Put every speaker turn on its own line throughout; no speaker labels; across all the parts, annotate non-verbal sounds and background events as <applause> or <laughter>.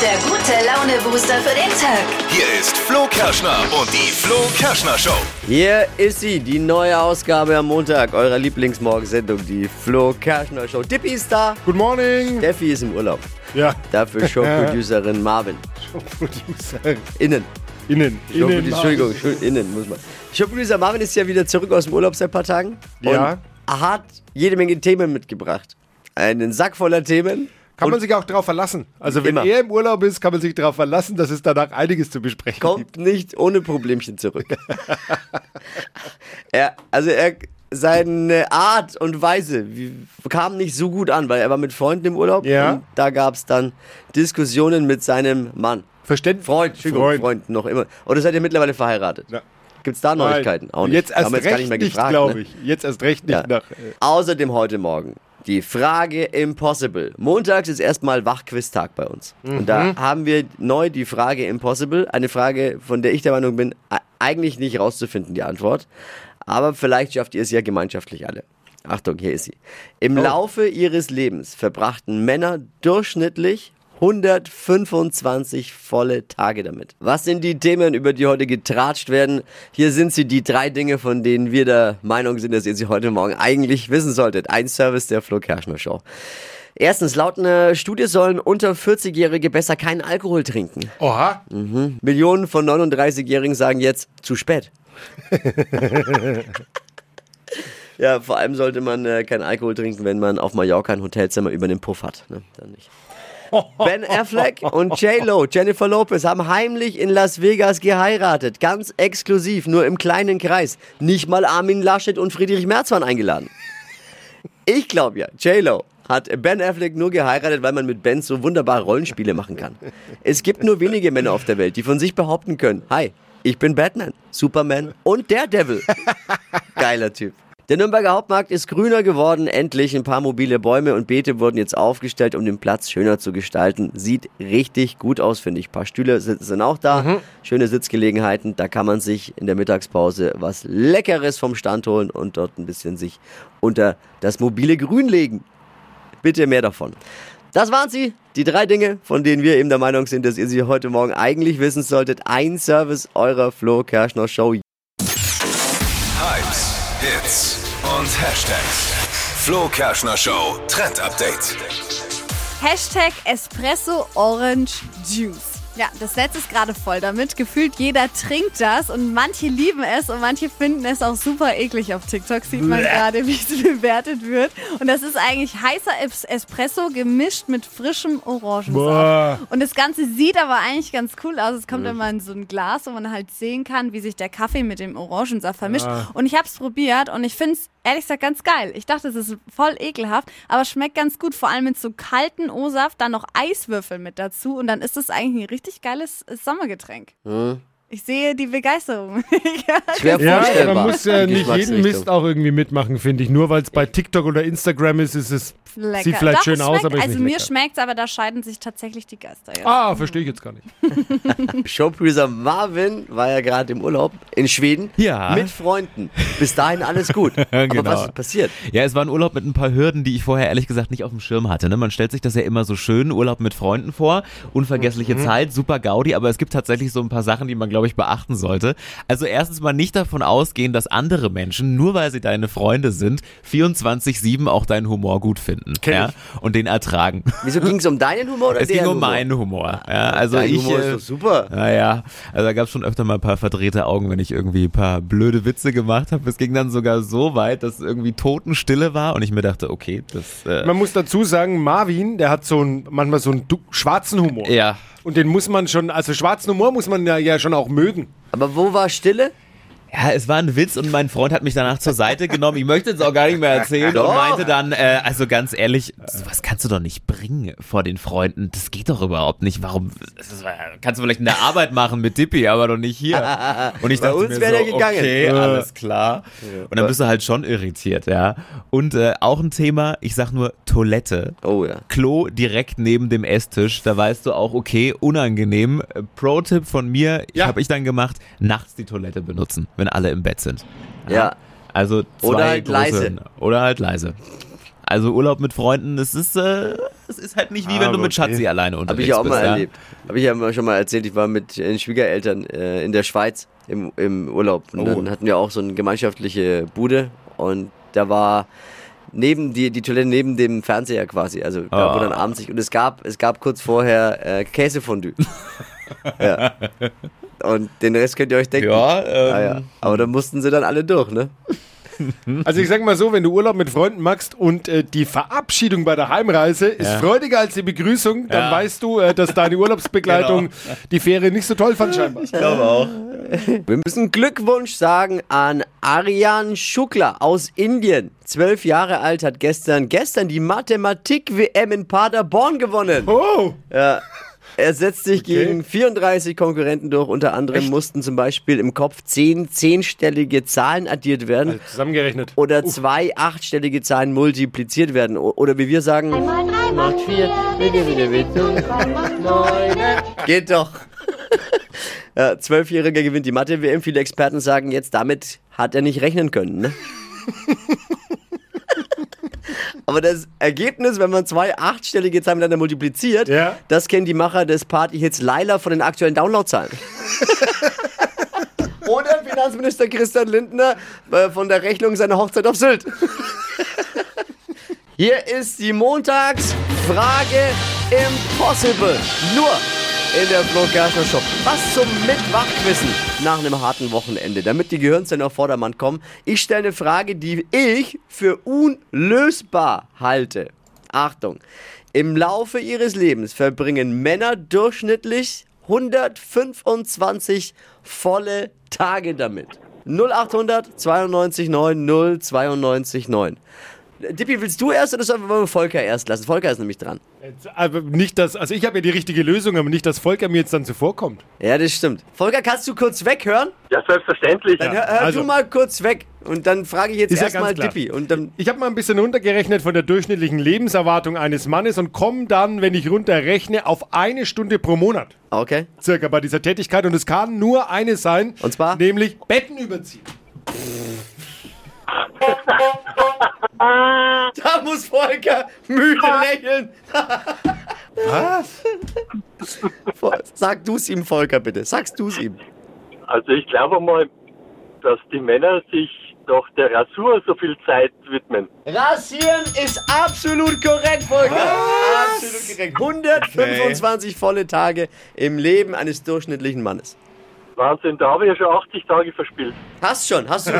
der gute Laune-Booster für den Tag.
Hier ist Flo Kerschner und die Flo Kerschner Show.
Hier ist sie, die neue Ausgabe am Montag eurer Lieblingsmorgensendung, die Flo Kerschner Show. Dippy ist da,
Good morning.
Steffi ist im Urlaub.
Ja, <laughs>
Dafür Showproducerin Marvin.
Producer.
Innen.
Innen.
Show-
Innen.
Entschuldigung, Entschuldigung, innen muss man. Showproducer Marvin ist ja wieder zurück aus dem Urlaub seit ein paar Tagen.
Ja.
Und hat jede Menge Themen mitgebracht. Einen Sack voller Themen.
Kann man
und
sich auch drauf verlassen. Also wenn
Immer.
er im Urlaub ist, kann man sich drauf verlassen, dass es danach einiges zu besprechen gibt.
kommt nicht ohne Problemchen zurück. <laughs> er, also er, seine Art und Weise wie, kam nicht so gut an, weil er war mit Freunden im Urlaub
Ja.
und da gab es dann Diskussionen mit seinem Mann.
Verständlich.
Freund, Entschuldigung, Freund.
Freund.
noch immer. Oder seid ihr mittlerweile verheiratet?
Ja.
Gibt es da Neuigkeiten? Auch nicht.
Jetzt erst
Haben wir jetzt
recht
gar nicht mehr gefragt.
glaube
ne?
ich. Jetzt erst recht nicht.
Ja.
Nach. äh,
Außerdem heute Morgen die Frage Impossible. Montags ist erstmal Wachquiztag bei uns. Und da
Mhm.
haben wir neu die Frage Impossible. Eine Frage, von der ich der Meinung bin, e- eigentlich nicht rauszufinden, die Antwort. Aber vielleicht schafft ihr es ja gemeinschaftlich alle. Achtung, hier ist sie. Im
Oh.
Laufe ihres Lebens verbrachten Männer durchschnittlich 125 volle Tage damit. Was sind die Themen, über die heute getratscht werden? Hier sind sie, die drei Dinge, von denen wir der Meinung sind, dass ihr sie heute Morgen eigentlich wissen solltet. Ein Service der Flo Kerschner Show. Erstens, laut einer Studie sollen unter 40-Jährige besser keinen Alkohol trinken.
Oha.
Millionen von 39-Jährigen sagen jetzt zu spät. ja, vor allem sollte man äh, keinen Alkohol trinken, wenn man auf Mallorca ein Hotelzimmer über den Puff hat. Ne? Dann nicht. Ben Affleck und J-Lo, Jennifer Lopez, haben heimlich in Las Vegas geheiratet. Ganz exklusiv, nur im kleinen Kreis. Nicht mal Armin Laschet und Friedrich Merz waren eingeladen. Ich glaube ja, J-Lo hat Ben Affleck nur geheiratet, weil man mit Ben so wunderbar Rollenspiele machen kann. Es gibt nur wenige Männer auf der Welt, die von sich behaupten können, hi, ich bin Batman, Superman und Daredevil. Geiler Typ. Der Nürnberger Hauptmarkt ist grüner geworden, endlich ein paar mobile Bäume und Beete wurden jetzt aufgestellt, um den Platz schöner zu gestalten. Sieht richtig gut aus, finde ich. Ein paar Stühle sit- sind auch da, schöne Sitzgelegenheiten, da kann man sich in der Mittagspause was Leckeres vom Stand holen und dort ein bisschen sich unter das mobile Grün legen. Bitte mehr davon. Das waren sie, die drei Dinge, von denen wir eben der Meinung sind, dass ihr sie heute Morgen eigentlich wissen solltet. Ein Service eurer Flo Kerschner Show.
Hypes, Hits und Hashtags. Flo Kerschner Show Trend Update.
Hashtag Espresso Orange Juice. Ja, das Netz ist gerade voll damit. Gefühlt jeder trinkt das und manche lieben es und manche finden es auch super eklig auf TikTok. Sieht man gerade, wie es <laughs> bewertet wird. Und das ist eigentlich heißer Es- Espresso gemischt mit frischem Orangensaft.
Boah.
Und das Ganze sieht aber eigentlich ganz cool aus. Es kommt immer in so ein Glas, wo man halt sehen kann, wie sich der Kaffee mit dem Orangensaft vermischt. Und ich habe es probiert und ich finde es ehrlich gesagt ganz geil. Ich dachte, es ist voll ekelhaft, aber schmeckt ganz gut. Vor allem mit so kalten O-Saft, dann noch Eiswürfel mit dazu. Und dann ist es eigentlich ein richtig geiles äh, Sommergetränk. Ich sehe die Begeisterung.
Schwer
Ja,
vorstellbar.
man muss ja
die
nicht jeden
Geschmacksrichtung.
Mist auch irgendwie mitmachen, finde ich. Nur weil es bei TikTok oder Instagram ist, ist es
Lecker.
sieht vielleicht
Doch,
schön
es
aus,
schmeckt,
aber ist
Also
nicht
mir
lecker.
schmeckt's, aber da scheiden sich tatsächlich die Geister jetzt.
Ah, verstehe ich jetzt gar nicht.
Showproducer Marvin war ja gerade im Urlaub in Schweden
Ja.
mit Freunden. Bis dahin alles gut. Aber
Genau.
was ist passiert?
Ja, es war ein Urlaub mit ein paar Hürden, die ich vorher ehrlich gesagt nicht auf dem Schirm hatte. Ne? Man stellt sich das ja immer so schön, Urlaub mit Freunden vor, unvergessliche Zeit, super Gaudi, aber es gibt tatsächlich so ein paar Sachen, die man, glaube ich, beachten sollte. Also erstens mal nicht davon ausgehen, dass andere Menschen, nur weil sie deine Freunde sind, 24-7 auch deinen Humor gut finden ja? und den ertragen.
Wieso ging es um deinen Humor oder
Es ging
deren
um meinen Humor. Ja, also
Dein
ich,
Humor
äh,
ist doch super.
Naja, also da gab es schon öfter mal ein paar verdrehte Augen, wenn ich irgendwie ein paar blöde Witze gemacht habe. Es ging dann sogar so weit, dass irgendwie Totenstille war und ich mir dachte, okay, das. Äh,
Man muss dazu sagen, Marvin, der hat so ein, manchmal so einen du- schwarzen Humor.
ja.
Und den muss man schon, also schwarzen Humor muss man ja, ja schon auch mögen.
Aber wo war Stille?
Ja, es war ein Witz und mein Freund hat mich danach zur Seite genommen. Ich möchte es auch gar nicht mehr erzählen
Doch.
und meinte dann, äh, also ganz ehrlich, sowas kannst du doch nicht bringen vor den Freunden. Das geht doch überhaupt nicht. Warum? Das war, kannst du vielleicht in der Arbeit machen mit Dippy, aber doch
<laughs>
nicht hier. Und ich
Bei
dachte
uns
mir
wär
so,
der gegangen.
okay,
Äh.
alles klar. Und dann bist du halt schon irritiert, ja. Und äh, auch ein Thema, ich sag nur Toilette.
Oh ja.
Klo direkt neben dem Esstisch, da weißt du auch, okay, unangenehm. Äh, Pro-Tipp von mir,
Ja.
habe ich dann gemacht, nachts die Toilette benutzen, wenn alle im Bett sind.
Ja.
Also zwei
Oder halt
große,
leise.
Oder halt leise. Also Urlaub mit Freunden, das ist äh, es ist halt nicht wie
Ah,
wenn du mit
okay.
Schatzi alleine
Habe ich
unterwegs bist.
ja auch mal
ja.
erlebt. Habe ich ja mal- schon mal erzählt, ich war mit den Schwiegereltern äh, in der Schweiz im, im Urlaub. Und
Oh.
dann hatten wir auch so eine gemeinschaftliche Bude und da war neben die, die Toilette neben dem Fernseher quasi. Also da
Ah.
wo dann abends sich. Und es gab, es gab kurz vorher äh,
<laughs>
Käsefondue. ja. Und den Rest könnt ihr euch denken.
Ja, ähm,
Ah, ja. Aber da mussten sie dann alle durch, ne?
Also ich sag mal so, wenn du Urlaub mit Freunden machst und äh, die Verabschiedung bei der Heimreise ist freudiger als die Begrüßung, dann
Ja.
weißt du, äh, dass deine Urlaubsbegleitung die Fähre nicht so toll fand scheinbar.
Ich glaube auch.
Wir müssen Glückwunsch sagen an Arian Schuckler aus Indien. Zwölf Jahre alt, hat gestern, gestern die Mathematik-WM in Paderborn gewonnen.
Oh!
Ja. Er setzt sich gegen 34 Konkurrenten durch. Unter anderem mussten zum Beispiel im Kopf zehn zehnstellige Zahlen addiert werden
Also zusammengerechnet.
oder zwei achtstellige Zahlen multipliziert werden. O- Oder wie wir sagen, macht vier, bitte, bitte, bitte. Geht doch. <laughs> Ja, Zwölfjähriger gewinnt die Mathe-WM. Viele Experten sagen jetzt, damit hat er nicht rechnen können. <laughs> Ne? Aber das Ergebnis, wenn man zwei achtstellige Zahlen miteinander multipliziert,
Ja.
das kennen die Macher des Partyhits Laila von den aktuellen <laughs> Downloadzahlen. Oder Finanzminister Christian Lindner äh, von der Rechnung seiner Hochzeit auf Sylt. Hier ist die Montagsfrage Impossible. Nur in der Flo Kerschner Show. Was zum Mitwachquissen nach einem harten Wochenende, damit die Gehirnzellen auf Vordermann kommen. Ich stelle eine Frage, die ich für unlösbar halte. Achtung. Im Laufe ihres Lebens verbringen Männer durchschnittlich 125 volle Tage damit. 0800 92 9 0 92 9. Dippi, willst du erst oder sollen wir Volker erst lassen? Volker ist nämlich dran.
Jetzt, aber nicht, dass, also ich habe ja die richtige Lösung, aber nicht, dass Volker mir jetzt dann zuvorkommt.
Ja, das stimmt. Volker, kannst du kurz weghören?
Ja, selbstverständlich.
Dann hör, hör
also-
du mal kurz weg. Und dann frage ich jetzt
Ist ja
erstmal
ganz klar.
Dippi. Und dann.
Ich habe mal ein bisschen runtergerechnet von der durchschnittlichen Lebenserwartung eines Mannes und komme dann, wenn ich runterrechne, auf eine Stunde pro Monat.
Ah, Okay. <laughs>
Circa bei dieser Tätigkeit. Und es kann nur eine sein.
Und zwar?
Nämlich Betten überziehen.
Da muss Volker müde lächeln.
<laughs> Was?
<laughs> Vol- Sag du es ihm, Volker, bitte. Sagst du es ihm.
Also ich glaube mal, dass die Männer sich doch der Rasur so viel Zeit widmen.
Rasieren ist absolut korrekt, Volker. Absolut korrekt. 125 volle Tage im Leben eines durchschnittlichen Mannes.
Wahnsinn, da habe ich ja schon 80 Tage verspielt.
Hast schon, hast du. <laughs>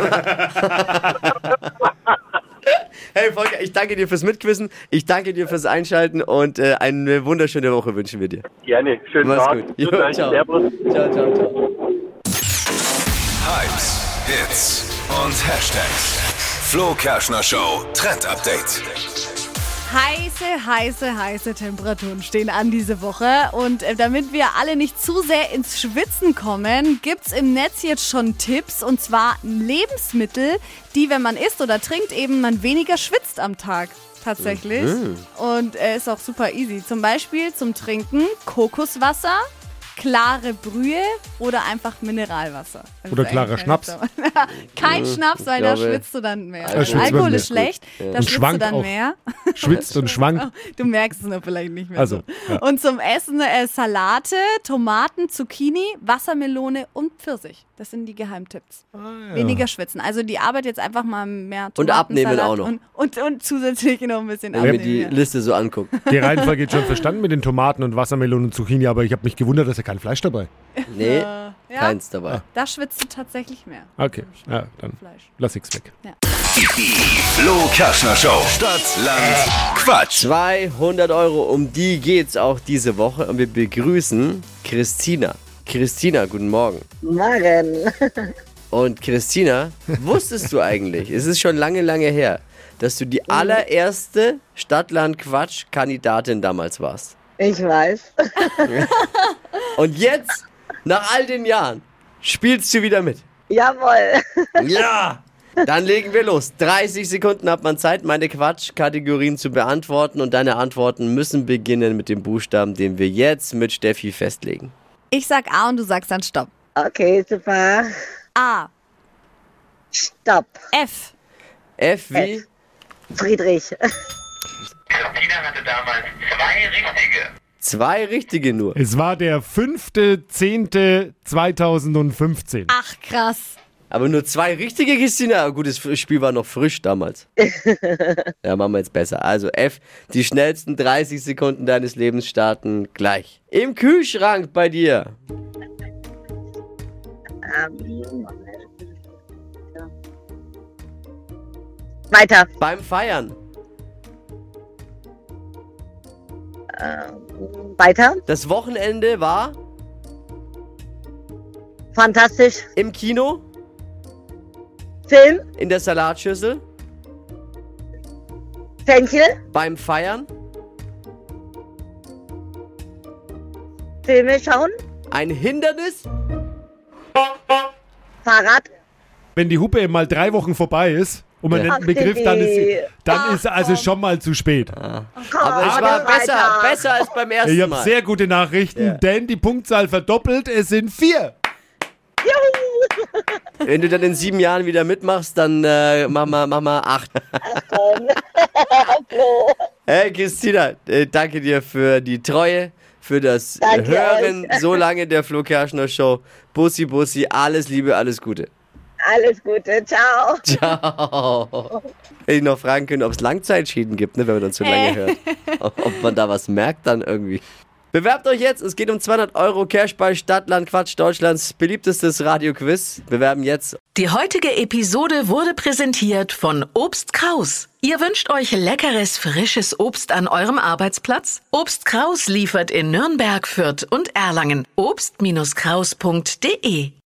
hey Volker, ich danke dir fürs Mitquissen, ich danke dir fürs Einschalten und äh, eine wunderschöne Woche wünschen wir dir.
Gerne, schönen
Mach's
Tag.
gut.
Guten
Jo,
Abend.
ciao.
Servus.
Ciao, ciao, ciao.
Hypes, Hits und Hashtags. Flo Kerschner Show Trend Update.
Heiße, heiße, heiße Temperaturen stehen an diese Woche. Und äh, damit wir alle nicht zu sehr ins Schwitzen kommen, gibt's im Netz jetzt schon Tipps. Und zwar Lebensmittel, die, wenn man isst oder trinkt, eben man weniger schwitzt am Tag. Tatsächlich.
Mhm.
Und äh, ist auch super easy. Zum Beispiel zum Trinken Kokoswasser, klare Brühe oder einfach Mineralwasser. Wenn's
Oder
eigentlich
klarer
keine
Schnaps. Mhm.
Sau- <laughs> Kein Schnaps, weil da
glaube,
schwitzt du dann mehr.
Alkohol-
Alkohol, ist
schwitzt man
schlecht, da schwitzt du
schwankt
dann
auch.
mehr.
Schwitzt und schwankt.
Du merkst es nur vielleicht nicht mehr.
Also,
so. Und zum Essen äh, Salate, Tomaten, Zucchini, Wassermelone und Pfirsich. Das sind die Geheimtipps.
Ah,
Weniger schwitzen. Also die Arbeit jetzt einfach mal mehr Tomaten,
Und abnehmen
Salat
auch noch.
Und, und, und zusätzlich noch ein bisschen
Wenn wir
abnehmen.
die
ja.
Liste so angucken.
Die Reihenfolge geht schon verstanden mit den Tomaten und Wassermelonen und Zucchini, aber ich habe mich gewundert, dass er kein Fleisch dabei.
Nee,
Ja.
keins dabei.
Da schwitzt du tatsächlich mehr.
Okay, ja, dann
Fleisch.
lass ich's weg.
Flo Kerschner Show. Stadt, Land, Quatsch.
200 Euro, um die geht's auch diese Woche und wir begrüßen Christina. Christina, guten Morgen.
Morgen.
Und Christina, wusstest du eigentlich, es ist schon lange, lange her, dass du die allererste Stadtland-Quatsch-Kandidatin damals warst?
Ich weiß.
Und jetzt, nach all den Jahren, spielst du wieder mit.
Jawohl.
Ja! Dann legen wir los. 30 Sekunden hat man Zeit, meine Quatschkategorien zu beantworten. Und deine Antworten müssen beginnen mit dem Buchstaben, den wir jetzt mit Steffi festlegen.
Ich sag A und du sagst dann Stopp.
Okay, super.
A,
Stopp.
F,
F wie
Friedrich.
Christina hatte damals zwei richtige.
Zwei richtige nur.
Es war der 5.10.2015.
Ach, krass.
Aber nur zwei richtige, Christina. Aber Gut, das Spiel war noch frisch damals. ja, machen wir jetzt besser. Also F, die schnellsten 30 Sekunden deines Lebens starten gleich. Im Kühlschrank bei dir.
Ähm, Weiter.
Beim Feiern.
Ähm, Weiter.
Das Wochenende war
Fantastisch.
im Kino,
Film.
in der Salatschüssel,
Fenchel.
beim Feiern,
Filme schauen.
ein Hindernis.
Fahrrad.
Wenn die Hupe eben mal drei Wochen vorbei ist und man
Ja.
nennt einen Begriff, dann ist, dann
Ach,
ist also
komm.
schon mal zu spät.
Komm,
Aber es war besser, besser als beim ersten
Ich habe
Ah, Mal.
sehr gute Nachrichten,
Ja.
denn die Punktzahl verdoppelt. Es sind vier.
Juhu.
Wenn du dann in sieben Jahren wieder mitmachst, dann äh, mach, mal, mach mal acht. hey Christina, äh, danke dir für die Treue, für das äh,
Danke
Hören so lange der Flo Kerschner Show. Bussi, Bussi, alles Liebe, alles Gute.
Alles Gute. Ciao.
Ciao. Hätte ich noch fragen können, ob es Langzeitschäden gibt, ne, wenn man uns so lange
Hey.
hört. Ob ob man da was merkt dann irgendwie. Bewerbt euch jetzt, es geht um 200 Euro Cash bei Stadtland Quatsch Deutschlands beliebtestes Radioquiz. Bewerben jetzt
Die heutige Episode wurde präsentiert von Obst Kraus. Ihr wünscht euch leckeres, frisches Obst an eurem Arbeitsplatz? Obst Kraus liefert in Nürnberg, Fürth und Erlangen. Obst-Kraus.de